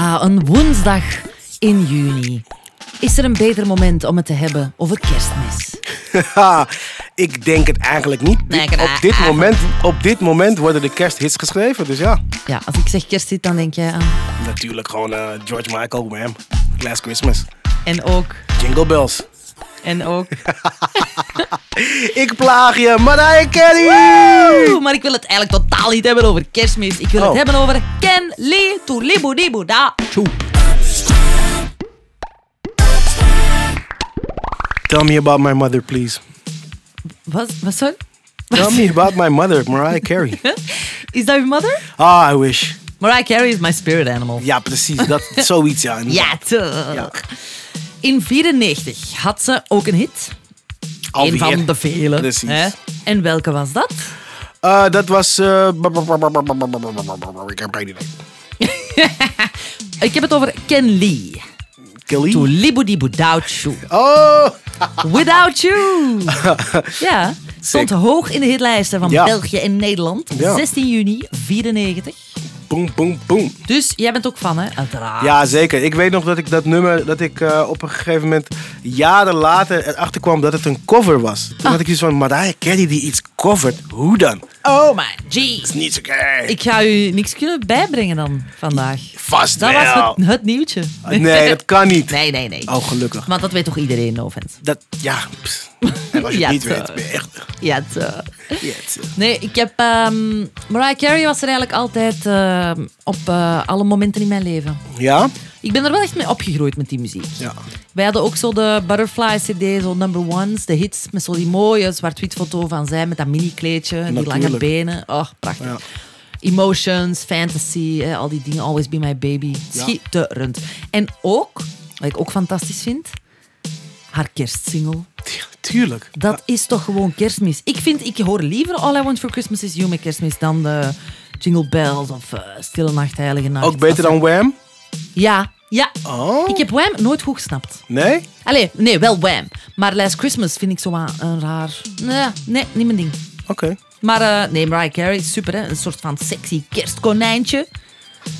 Ah, een woensdag in juni. Is er een beter moment om het te hebben over kerstmis? Haha, ik denk het eigenlijk niet. Nee, ik Dit- op, dit eigenlijk- moment, op dit moment worden de kersthits geschreven. Dus ja, Ja, als ik zeg kersthit, dan denk jij aan. natuurlijk gewoon eh, George Michael, Wham, Last Christmas, En ook. Jingle Bells. En ook. Ik plaag je, Mariah Carey! Oeh, maar ik wil het eigenlijk totaal niet hebben over kerstmis. Ik wil het Oh. hebben over Ken Lee to Libu Dibu Da. Tjoe. Tell me about my mother, please. Wat? Wat? Sorry? Tell me about my mother, Mariah Carey. Is dat uw mother? Ah, I wish. Mariah Carey is my spirit animal. Ja, precies. Dat, zoiets, ja. Ja, toch. In 94 had ze ook een hit. Een Alweer. van de vele. Precies. hè. En welke was dat? Eh, dat was... eh, Ik heb geen idee. Ik heb het over Ken Lee. To Kelly? Libudibudouchu. you. Oh! Without You. Ja, stond Sick. hoog in de hitlijsten van Ja. België en Nederland. Ja. 16 juni 94. Boom, boom, boom. Dus jij bent ook van, hè? Uiteraard. Ja, zeker. Ik weet nog dat ik dat nummer, dat ik eh, op een gegeven moment jaren later erachter kwam dat het een cover was. Toen had ik iets van Mariah Carey die iets covert. Hoe dan? Oh my jeez. Niet zo gek. Ik ga u niks kunnen bijbrengen dan vandaag. Vast Dat was wel. het, het nieuwtje. Nee, dat kan niet. Nee, nee, nee. Oh, gelukkig. Want dat weet toch iedereen, no offense. Dat, ja, pst. En als je Ja, het niet toch. weet, ben je echt... Ja, toch. Ja, het, eh, Nee, ik heb... ehm, Mariah Carey was er eigenlijk altijd ehm, op eh, alle momenten in mijn leven. Ja? Ik ben er wel echt mee opgegroeid met die muziek. Ja. Wij hadden ook zo de Butterfly CD, zo number ones, de hits met zo die mooie zwart-wit foto van zij met dat mini-kleedje, en die lange Natuurlijk. benen. Oh, prachtig. Ja. Emotions, fantasy, hè, al die dingen. Always be my baby. Schitterend. En ook, wat ik ook fantastisch vind, haar kerstsingle. Tu- Tuurlijk. Dat is toch gewoon kerstmis. Ik vind, ik hoor liever All I Want For Christmas Is You met kerstmis dan de Jingle Bells of eh, Stille Nacht, Heilige Nacht. Ook beter dan Wham? Ja, ja. Oh. Ik heb Wham nooit goed gesnapt. Nee? Allee, nee, wel Wham. Maar Last Christmas vind ik zomaar een raar... Nee, nee, niet mijn ding. Oké. Maar eh, nee, Mariah Carey, super hè. Een soort van sexy kerstkonijntje.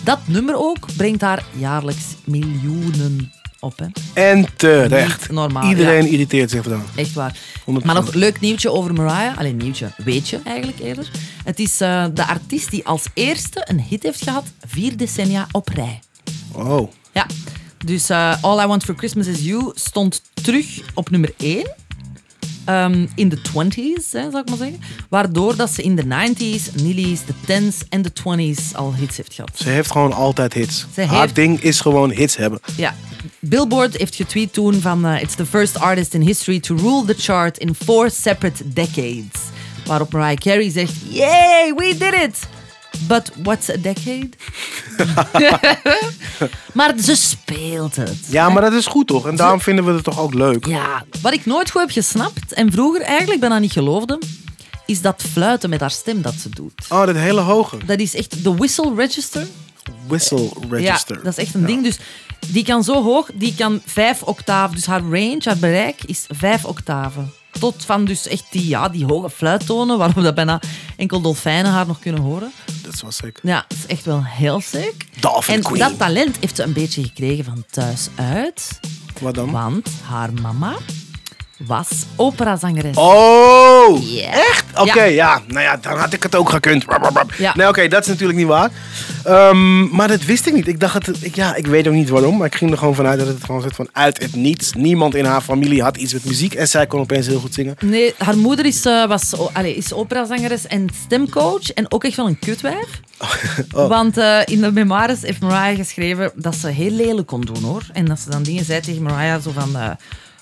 Dat nummer ook brengt haar jaarlijks miljoenen op hè. En terecht. Niet normaal, Iedereen irriteert zich dan. Echt waar. 100%. Maar nog leuk nieuwtje over Mariah. Alleen nieuwtje, weet je eigenlijk eerder. Het is eh, de artiest die als eerste een hit heeft gehad vier decennia op rij. Oh. Ja. Dus eh, All I Want for Christmas is You stond terug op nummer 1. in de 20s, hè, zou ik maar zeggen. Waardoor dat ze in de 90s, Nilly's, de 10s en de 20s al hits heeft gehad. Ze heeft gewoon altijd hits. Ze Haar heeft- ding is gewoon hits hebben. Ja. Billboard heeft getweet toen van eh, It's the first artist in history to rule the chart in four separate decades. Waarop Mariah Carey zegt, yay, we did it! But what's a decade? maar ze speelt het. Ja, maar dat is goed toch? En daarom vinden we het toch ook leuk. Ja, wat ik nooit goed heb gesnapt en vroeger eigenlijk bijna niet geloofde, is dat fluiten met haar stem dat ze doet. Oh, dat hele hoge. Dat is echt de whistle register. Whistle register. Ja, dat is echt een ding. Dus die kan zo hoog, die kan vijf octaven. Dus haar range, haar bereik is vijf octaven. Tot van dus echt die, ja, die hoge fluittonen, waarop dat bijna enkel dolfijnen haar nog kunnen horen. Dat was zeker. Ja, dat is echt wel heel sick. Dolphin en Queen. dat talent heeft ze een beetje gekregen van thuis uit. Wat dan? Want haar mama was operazangeres. Oh! Ja. Echt? Oké, Ja. ja. Nou ja, dan had ik het ook gekund. Rap, rap, rap. Ja. Nee, oké, dat is natuurlijk niet waar. Ehm, maar dat wist ik niet. Ik dacht, het, ik, ja, ik weet ook niet waarom. Maar ik ging er gewoon vanuit dat het gewoon zit van uit het niets. Niemand in haar familie had iets met muziek. En zij kon opeens heel goed zingen. Nee, haar moeder is, eh, was, o- allee, is operazangeres en stemcoach. En ook echt wel een kutwijf. Oh. Want eh, in de memoires heeft Mariah geschreven dat ze heel lelijk kon doen, hoor. En dat ze dan dingen zei tegen Mariah, zo van... eh,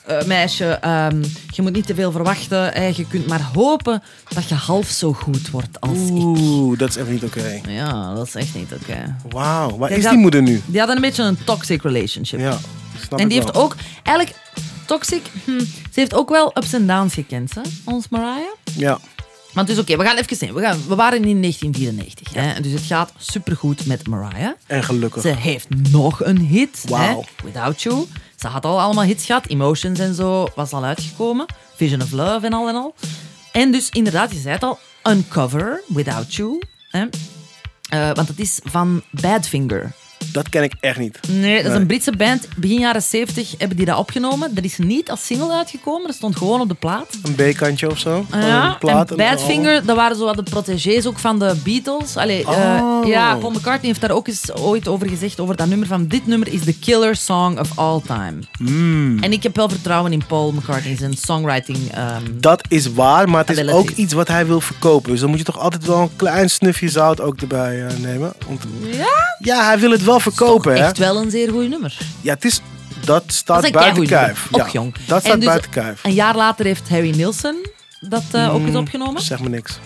eh, meisje, ehm, je moet niet te veel verwachten. hè. je kunt maar hopen dat je half zo goed wordt als ik. Oeh, dat is echt niet oké. Ja, dat is echt niet oké. Wauw, waar Kijk, is dat- die moeder nu? Die hadden een beetje een toxic relationship. Ja, snap En ik die wel. heeft ook, eigenlijk, toxic, hm, ze heeft ook wel ups en downs gekend, hè, ons Mariah. Ja. Want dus oké, we gaan even zien. We, gaan, we waren in 1994, hè, dus het gaat supergoed met Mariah. En gelukkig. Ze heeft nog een hit, hè, Wauw. Without You. Ze had al allemaal hits gehad, Emotions en zo was al uitgekomen. Vision of Love en al en al. En dus inderdaad, je zei het al, Uncover, Without You. Hè. Eh, want het is van Badfinger. Dat ken ik echt niet. Nee, dat is Nee. een Britse band. Begin jaren 70 hebben die dat opgenomen. Dat is niet als single uitgekomen, dat stond gewoon op de plaat. Een B-kantje of zo. Ah, Van Oh. ja. een plaat en en een Badfinger, dat waren zo wat de protégés ook van de Beatles. Allee, eh, Oh. ja, Paul McCartney heeft daar ook eens ooit over gezegd, over dat nummer van dit nummer is de killer song of all time. Hmm. En ik heb wel vertrouwen in Paul McCartney, zijn songwriting. ehm, album. Dat is waar, maar het is Ability. ook iets wat hij wil verkopen. Dus dan moet je toch altijd wel een klein snufje zout ook erbij eh, nemen. Om te- ja, Ja, hij wil het wel verkopen, hè? echt wel een zeer goed nummer. Ja, het is... Dat staat dat is een buiten keigoed nummer. kijf. Och, ja, jong. Dat En staat dus buiten kijf. Hmm. Een jaar later heeft Harry Nilsson dat eh, ook eens opgenomen. Zeg me niks.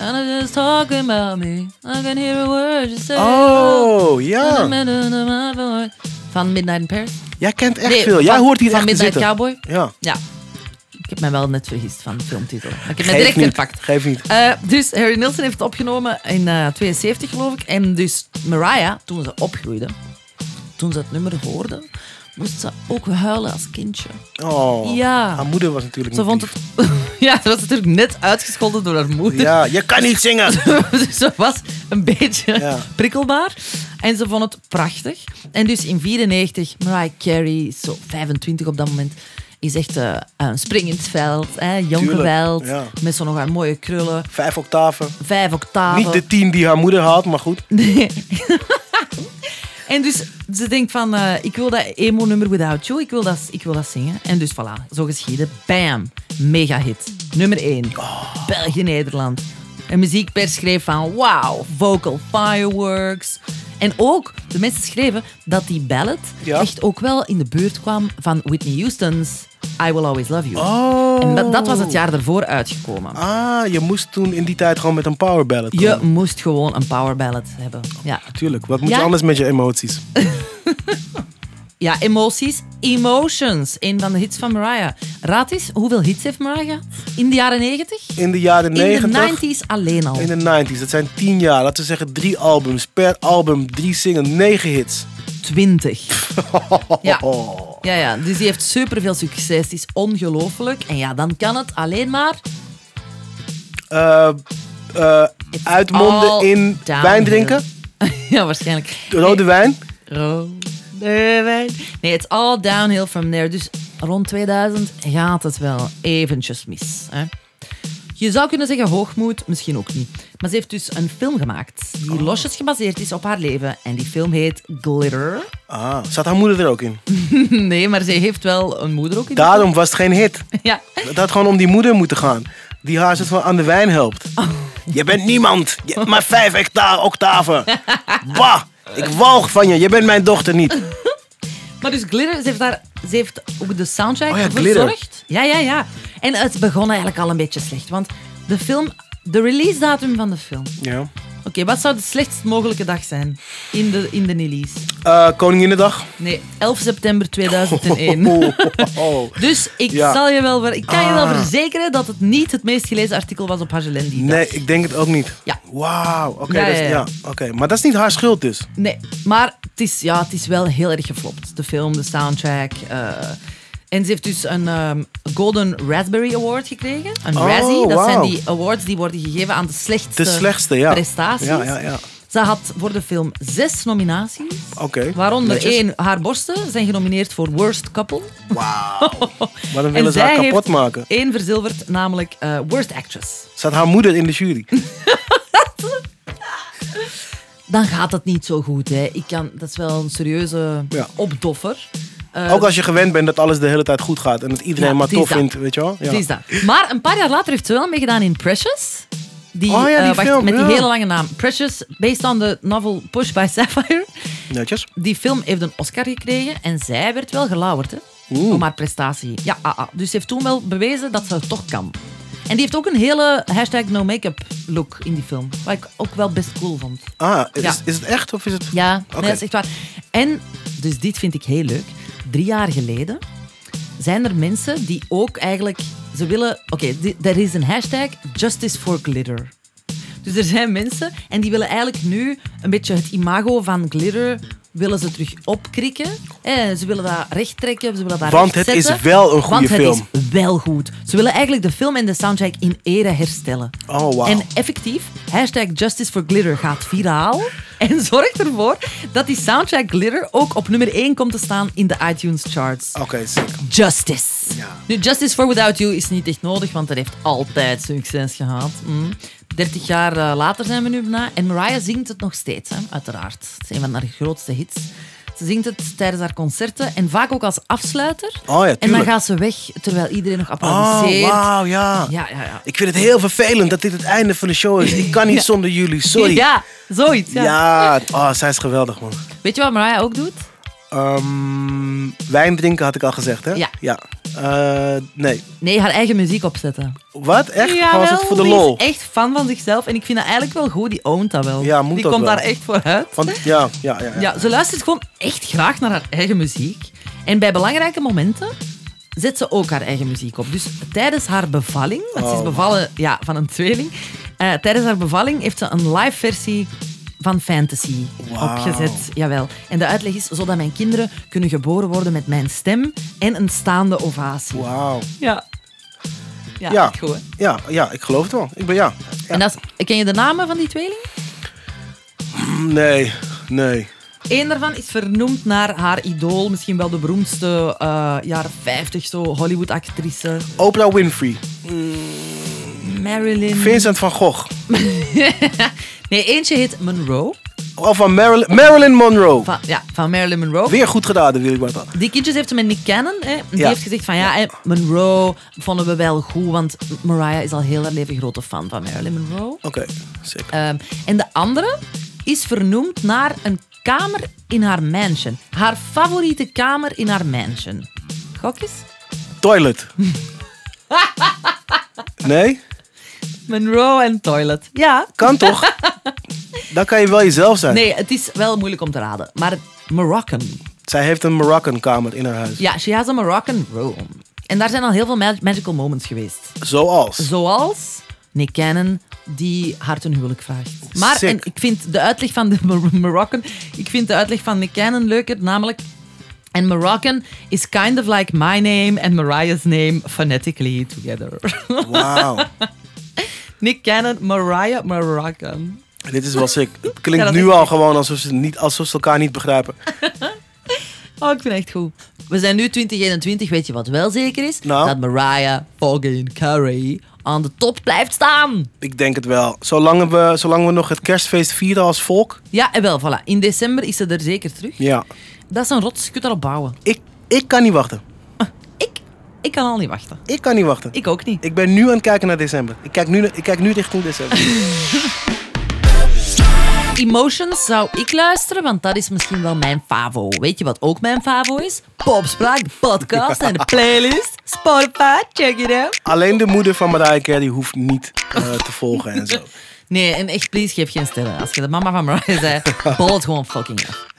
And I'm just talking about me. I can hear a word you say. Oh, ja. ja. Van Midnight in Paris. Jij kent echt Nee, veel. Jij van- hoort hier van echt te Midnight zitten. Cowboy. Ja. Ja. Ik heb mij wel net vergist van de filmtitel. Maar ik heb mij Geef direct niet. gepakt. Geef niet. Eh, dus Harry Nilsson heeft het opgenomen in eh 72 geloof ik. En dus Mariah, toen ze opgroeide, toen ze het nummer hoorde, moest ze ook huilen als kindje. Oh. Ja. Haar moeder was natuurlijk Ze niet vond lief. het... Ja, ze was natuurlijk net uitgescholden door haar moeder. Ja, je kan niet zingen. dus dat was een beetje Ja. prikkelbaar. En ze vond het prachtig. En dus in 94, Mariah Carey, is zo 25 op dat moment, is echt eh, een spring in het veld. Hè, jong Tuurlijk, geweld, ja. met zo nog haar mooie krullen, Vijf octaven. vijf octaven. Niet de tien die haar moeder had, maar goed. Nee. en dus ze denkt van, eh, ik wil dat emo-nummer Without You, ik wil, dat, ik wil dat zingen. En dus voilà, zo geschieden. Bam, mega hit. Nummer 1, België-Nederland. Een muziekpers schreef van, wauw, vocal fireworks. En ook, de mensen schreven dat die ballad Ja. echt ook wel in de buurt kwam van Whitney Houston's I Will Always Love You. Oh. En dat, dat was het jaar daarvoor uitgekomen. Ah, je moest toen in die tijd gewoon met een power ballad komen. Je moest gewoon een power ballad hebben. Ja, Tuurlijk, wat moet Ja? je anders met je emoties? Ja, emoties. Emotions. Een van de hits van Mariah. Raad eens, hoeveel hits heeft Mariah gehad? In de jaren 90? In de jaren In 90... de 90s alleen al. In de 90s, dat zijn 10 jaar. Laten we zeggen drie albums. Per album drie singles, negen hits. 20. Ja. Oh. ja, ja. Dus die heeft superveel succes. Die is ongelooflijk. En ja, dan kan het alleen maar... Eh, eh, uitmonden all in downhill. wijn drinken. ja, waarschijnlijk. Rode wijn. Rode wijn. Nee, it's all downhill from there. Dus rond 2000 gaat het wel eventjes mis. Hè? Je zou kunnen zeggen hoogmoed, misschien ook niet. Maar ze heeft dus een film gemaakt Oh. die losjes gebaseerd is op haar leven. En die film heet Glitter. Ah, zat haar moeder er ook in. Nee, maar ze heeft wel een moeder ook in. die Daarom was het geen hit. film. Ja. Dat had gewoon om die moeder moeten gaan. Die haar soort van aan de wijn helpt. Oh. Je bent niemand. Je hebt maar vijf hectare octaven. Bah, ik walg van je. Je bent mijn dochter niet. Maar dus Glitter, ze heeft, daar, ze heeft ook de soundtrack Oh ja, Glitter. verzorgd. Ja, ja, ja. En het begon eigenlijk al een beetje slecht. Want de film, de release datum van de film Ja. Oké, wat zou de slechtst mogelijke dag zijn in de, in de Nillies? Eh, Koninginnedag. Oh, Nee, 11 september 2001. Dus ik Ja. zal je wel, ver- ik kan je wel Ah. verzekeren dat het niet het meest gelezen artikel was op Hagelendy. Nee, ik denk het ook niet. Ja. Wauw. Oké, Ja, dat is- ja, ja, ja. oké. maar dat is niet haar schuld dus. Nee, maar het is, ja, het is wel heel erg geflopt. De film, de soundtrack. eh. en ze heeft dus een ehm, Golden Raspberry Award gekregen. Een Oh, Razzie. Dat zijn wauw. die awards die worden gegeven aan de slechtste, De slechtste, ja. prestaties. Ja, ja, ja. Ze had voor de film zes nominaties. Oké. Waaronder netjes. één, haar borsten zijn genomineerd voor Worst Couple. Wauw. Maar dan En willen ze haar zij kapot heeft maken. Eén verzilverd, namelijk eh, Worst Actress. Zat haar moeder in de jury. Dan gaat het niet zo goed. Hè. Ik kan, dat is wel een serieuze Ja. opdoffer. Eh, Ook als je gewend bent dat alles de hele tijd goed gaat en dat iedereen Ja, maar het is tof dat. vindt, weet je wel? Ja. het is dat. Maar een paar jaar later heeft ze wel meegedaan in Precious. Die, Oh ja, die eh, wacht, film, met ja. die hele lange naam. Precious, based on the novel Push by Sapphire. Netjes. Die film heeft een Oscar gekregen en zij werd wel gelauwerd hè, Oeh. om haar prestatie. Ja, ah, ah. dus ze heeft toen wel bewezen dat ze het toch kan. En die heeft ook een hele hashtag no make-up look in die film. Wat ik ook wel best cool vond. Ah, is, Ja. is het echt of is het... Ja, nee, Oké. dat is echt waar. En, dus dit vind ik heel leuk. Drie jaar geleden zijn er mensen die ook eigenlijk... Ze willen... Oké, di- er is een hashtag Justice for Glitter. Dus er zijn mensen en die willen eigenlijk nu een beetje het imago van Glitter willen ze terug opkrikken. En ze willen dat recht trekken, ze willen dat Want het rechtzetten. is wel een goede Want film. het is wel goed. Ze willen eigenlijk de film en de soundtrack in ere herstellen. Oh, wauw. En effectief, hashtag Justice for Glitter gaat viraal. En zorgt ervoor dat die soundtrack Glitter ook op nummer 1 komt te staan in de iTunes charts. Oké, sick. Oh, Justice. Ja. Nu, Justice for Without You is niet echt nodig, want dat heeft altijd succes gehad. Mm. 30 jaar eh, later zijn we nu bijna. En Mariah zingt het nog steeds, hè? uiteraard. Het is een van haar grootste hits. Ze zingt het tijdens haar concerten en vaak ook als afsluiter. Oh en ja, dan tuurlijk. gaat ze weg, terwijl iedereen nog Oh, applaudisseert. wauw, ja. Ja, ja, ja. Ik vind het heel vervelend dat dit het einde van de show is. Ik kan niet Ja. zonder jullie, sorry. Ja, zoiets. Ja. Ja, oh, zij is geweldig, man. Weet je wat Mariah ook doet? Ehm, wijn drinken had ik al gezegd, hè? Ja. Eh, nee. Nee, haar eigen muziek opzetten. Wat? Echt? Ja, Gewoon zo voor de lol? is echt fan van zichzelf. En ik vind dat eigenlijk wel goed. Die ownt dat wel. Ja, moet die ook komt wel. daar echt voor uit. Van, ja, ja, ja. ja. Ja, ze luistert gewoon echt graag naar haar eigen muziek. En bij belangrijke momenten zet ze ook haar eigen muziek op. Dus tijdens haar bevalling, want ze is Oh. bevallen ja, van een tweeling, eh, tijdens haar bevalling heeft ze een live versie van Fantasy Wauw. opgezet. Jawel. En de uitleg is, zodat mijn kinderen kunnen geboren worden met mijn stem en een staande ovatie. Wauw. Ja. Ja, Ja. echt goed, hè? Ja, ja, ik geloof het wel. Ik ben ja. En dat is, ken je de namen van die tweeling? Nee, nee. Eén daarvan is vernoemd naar haar idool, misschien wel de beroemdste eh jaren 50 zo Hollywood-actrice Oprah Winfrey. Marilyn. Vincent van Gogh. Nee, eentje heet Monroe. Of van Marilyn, Marilyn Monroe. Van, ja, van Marilyn Monroe. Weer goed gedaan, de Willy Bartel. Die kindjes heeft ze met Nick Cannon. Hè. En Die Ja. heeft gezegd van ja, hè, Monroe vonden we wel goed, want Mariah is al heel haar leven grote fan van Marilyn Monroe. Oké, sick. Ehm, en de andere is vernoemd naar een kamer in haar mansion. Haar favoriete kamer in haar mansion. Gokjes? Toilet. Nee? Monroe en Toilet. Ja. Kan toch? Dan kan je wel jezelf zijn. Nee, het is wel moeilijk om te raden. Maar Moroccan. Zij heeft een Moroccan kamer in haar huis. Ja, she has a Moroccan room. En daar zijn al heel veel ma- magical moments geweest. Zoals. Zoals Nick Cannon, die haar ten huwelijk vraagt. Maar Sick. en ik vind de uitleg van de Mor- Moroccan... Ik vind de uitleg van Nick Cannon leuker, namelijk... En Moroccan is kind of like my name and Mariah's name phonetically together. Wauw. Nick Cannon, Mariah, Moroccan. Dit is wel sick. Het Ja, klinkt dat nu is- al gewoon alsof ze, niet, alsof ze elkaar niet begrijpen. Oh, ik vind het echt goed. We zijn nu 2021, weet je wat wel zeker is? Nou? Dat Mariah fucking Carey aan de top blijft staan. Ik denk het wel. Zolang we, zolang we nog het kerstfeest vieren als volk. Ja, en wel, voilà. In december is ze er zeker terug. Ja. Dat is een rots, je kunt erop bouwen. Ik, ik kan niet wachten. Ik, ik kan al niet wachten. Ik kan niet wachten. Ik, Ik ook niet. ben nu aan het kijken naar december. Ik kijk nu, ik kijk nu richting december. Emotions zou ik luisteren, want dat is misschien wel mijn favo. Weet je wat ook mijn favo is? Popspraak, de podcast en de playlist. Spotify, check it out. Alleen de moeder van Mariah Carey hoeft niet eh, te volgen en zo. Nee, en echt, please, geef geen sterren. Als je de mama van Mariah zei, bol het gewoon fucking af.